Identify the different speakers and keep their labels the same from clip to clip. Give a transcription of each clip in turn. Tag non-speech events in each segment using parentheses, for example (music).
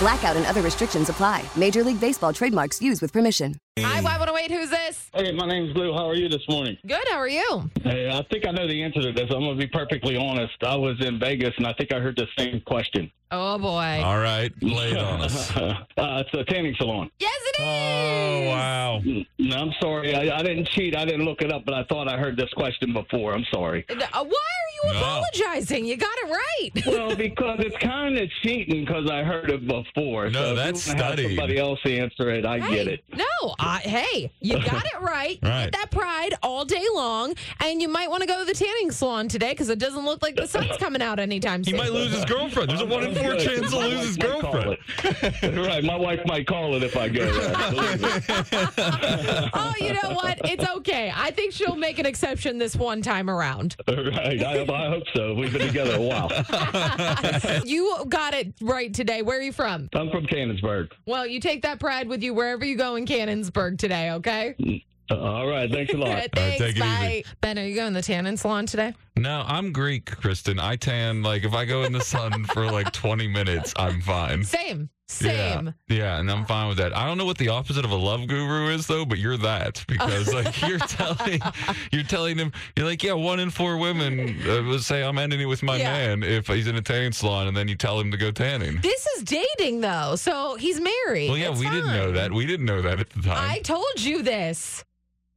Speaker 1: Blackout and other restrictions apply. Major League Baseball trademarks used with permission.
Speaker 2: Hi, why would I wait? Who's this?
Speaker 3: Hey, my name's Lou. How are you this morning?
Speaker 2: Good, how are you?
Speaker 3: Hey, I think I know the answer to this. I'm going to be perfectly honest. I was in Vegas, and I think I heard the same question.
Speaker 2: Oh (laughs) boy.
Speaker 4: All right, lay it on
Speaker 3: (laughs)
Speaker 4: us.
Speaker 3: Uh, it's a tanning salon.
Speaker 2: yes, it
Speaker 4: Oh
Speaker 2: is.
Speaker 4: wow!
Speaker 3: No, I'm sorry. I, I didn't cheat. I didn't look it up, but I thought I heard this question before. I'm sorry.
Speaker 2: And, uh, Why are you
Speaker 4: No.
Speaker 2: apologizing? You got it right.
Speaker 3: Well, because it's kind of cheating because I heard it before.
Speaker 4: No,
Speaker 3: so if
Speaker 4: that's
Speaker 3: you wanna have
Speaker 4: studied.
Speaker 3: Somebody else answer it. I get
Speaker 2: Hey,
Speaker 3: it.
Speaker 2: No, I, hey,
Speaker 4: (laughs)
Speaker 2: you got it right.
Speaker 4: Right.
Speaker 2: Get that pride all day long, and you might want to go to the tanning salon today because it doesn't look like the
Speaker 4: (laughs)
Speaker 2: sun's coming out anytime
Speaker 4: He
Speaker 2: soon.
Speaker 4: might lose his girlfriend. There's a one in
Speaker 3: Oh,
Speaker 4: four
Speaker 3: good.
Speaker 4: chance he'll
Speaker 3: My
Speaker 4: lose
Speaker 3: wife
Speaker 4: his
Speaker 3: might call
Speaker 4: girlfriend.
Speaker 3: it. (laughs) right. My wife might call it if I go (laughs) there. Believe me.
Speaker 2: oh, you
Speaker 4: (laughs)
Speaker 2: know what? It's okay. I think she'll make an exception this one time
Speaker 4: (laughs)
Speaker 2: around. (laughs)
Speaker 3: right. I, I hope so. We've been together a while.
Speaker 2: you got it right today. Where are you from?
Speaker 3: I'm from Cannonsburg.
Speaker 2: Well, you take that pride with you wherever you go in Cannonsburg today, okay?
Speaker 3: Uh, All right. Thanks a lot.
Speaker 2: Thanks.
Speaker 4: take it
Speaker 2: bye.
Speaker 4: easy.
Speaker 2: Ben, are you going to the tannin salon today?
Speaker 4: No, I'm Greek, Kristen. I tan like if I go in the sun for like 20 minutes, I'm fine.
Speaker 2: Same. Same.
Speaker 4: Yeah, yeah, and I'm fine with that. I don't know what the opposite of a love guru is though, but you're that because like (laughs) you're telling you're telling them you're like yeah, one in four women uh, will say I'm ending it with my
Speaker 2: Yeah.
Speaker 4: man if he's in a tanning salon, and then you tell him to go tanning.
Speaker 2: This is dating, though. So he's married.
Speaker 4: Well, yeah,
Speaker 2: It's
Speaker 4: we didn't know
Speaker 2: fine.
Speaker 4: that. We didn't know that at the
Speaker 2: I
Speaker 4: time.
Speaker 2: told you this.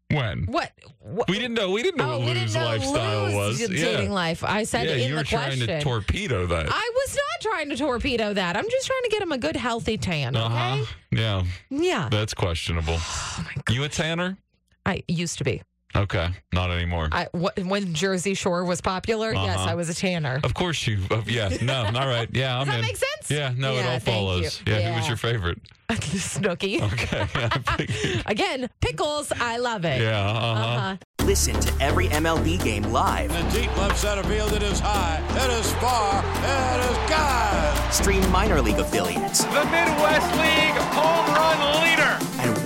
Speaker 4: when
Speaker 2: What? what?
Speaker 4: we didn't know, we didn't know
Speaker 2: oh, we
Speaker 4: what
Speaker 2: didn't
Speaker 4: Lou's
Speaker 2: know
Speaker 4: lifestyle
Speaker 2: Lou's
Speaker 4: was.
Speaker 2: dating
Speaker 4: yeah,
Speaker 2: life. I said
Speaker 4: yeah,
Speaker 2: in
Speaker 4: you
Speaker 2: the
Speaker 4: were trying
Speaker 2: question. Uh-huh.
Speaker 4: to torpedo that.
Speaker 2: I was not trying to torpedo that. I'm just trying to get him a good, healthy tan. Okay.
Speaker 4: Uh-huh. Yeah,
Speaker 2: Yeah. Oh,
Speaker 4: that's questionable. You a tanner?
Speaker 2: I used to be.
Speaker 4: Okay, not anymore.
Speaker 2: I wh- when Jersey Shore was popular. Yes,
Speaker 4: Uh-huh.
Speaker 2: I was a tanner. (laughs)
Speaker 4: Of course you. Uh, yeah. No. All right. Yeah. I'm
Speaker 2: Does that
Speaker 4: in.
Speaker 2: make sense?
Speaker 4: Yeah. No.
Speaker 2: Yeah,
Speaker 4: it all
Speaker 2: thank you.
Speaker 4: follows. Yeah, Who
Speaker 2: Yeah.
Speaker 4: was your favorite? (laughs)
Speaker 2: Snooky.
Speaker 4: Okay. I
Speaker 2: (laughs)
Speaker 4: figured.
Speaker 2: Again, pickles. I love it.
Speaker 4: yeah. Uh-huh.
Speaker 2: Uh-huh.
Speaker 5: Listen to every MLB game live.
Speaker 6: In deep left center field, it is high, it is far, it is God.
Speaker 5: Stream minor league affiliates
Speaker 7: The Midwest League home run leader.
Speaker 5: and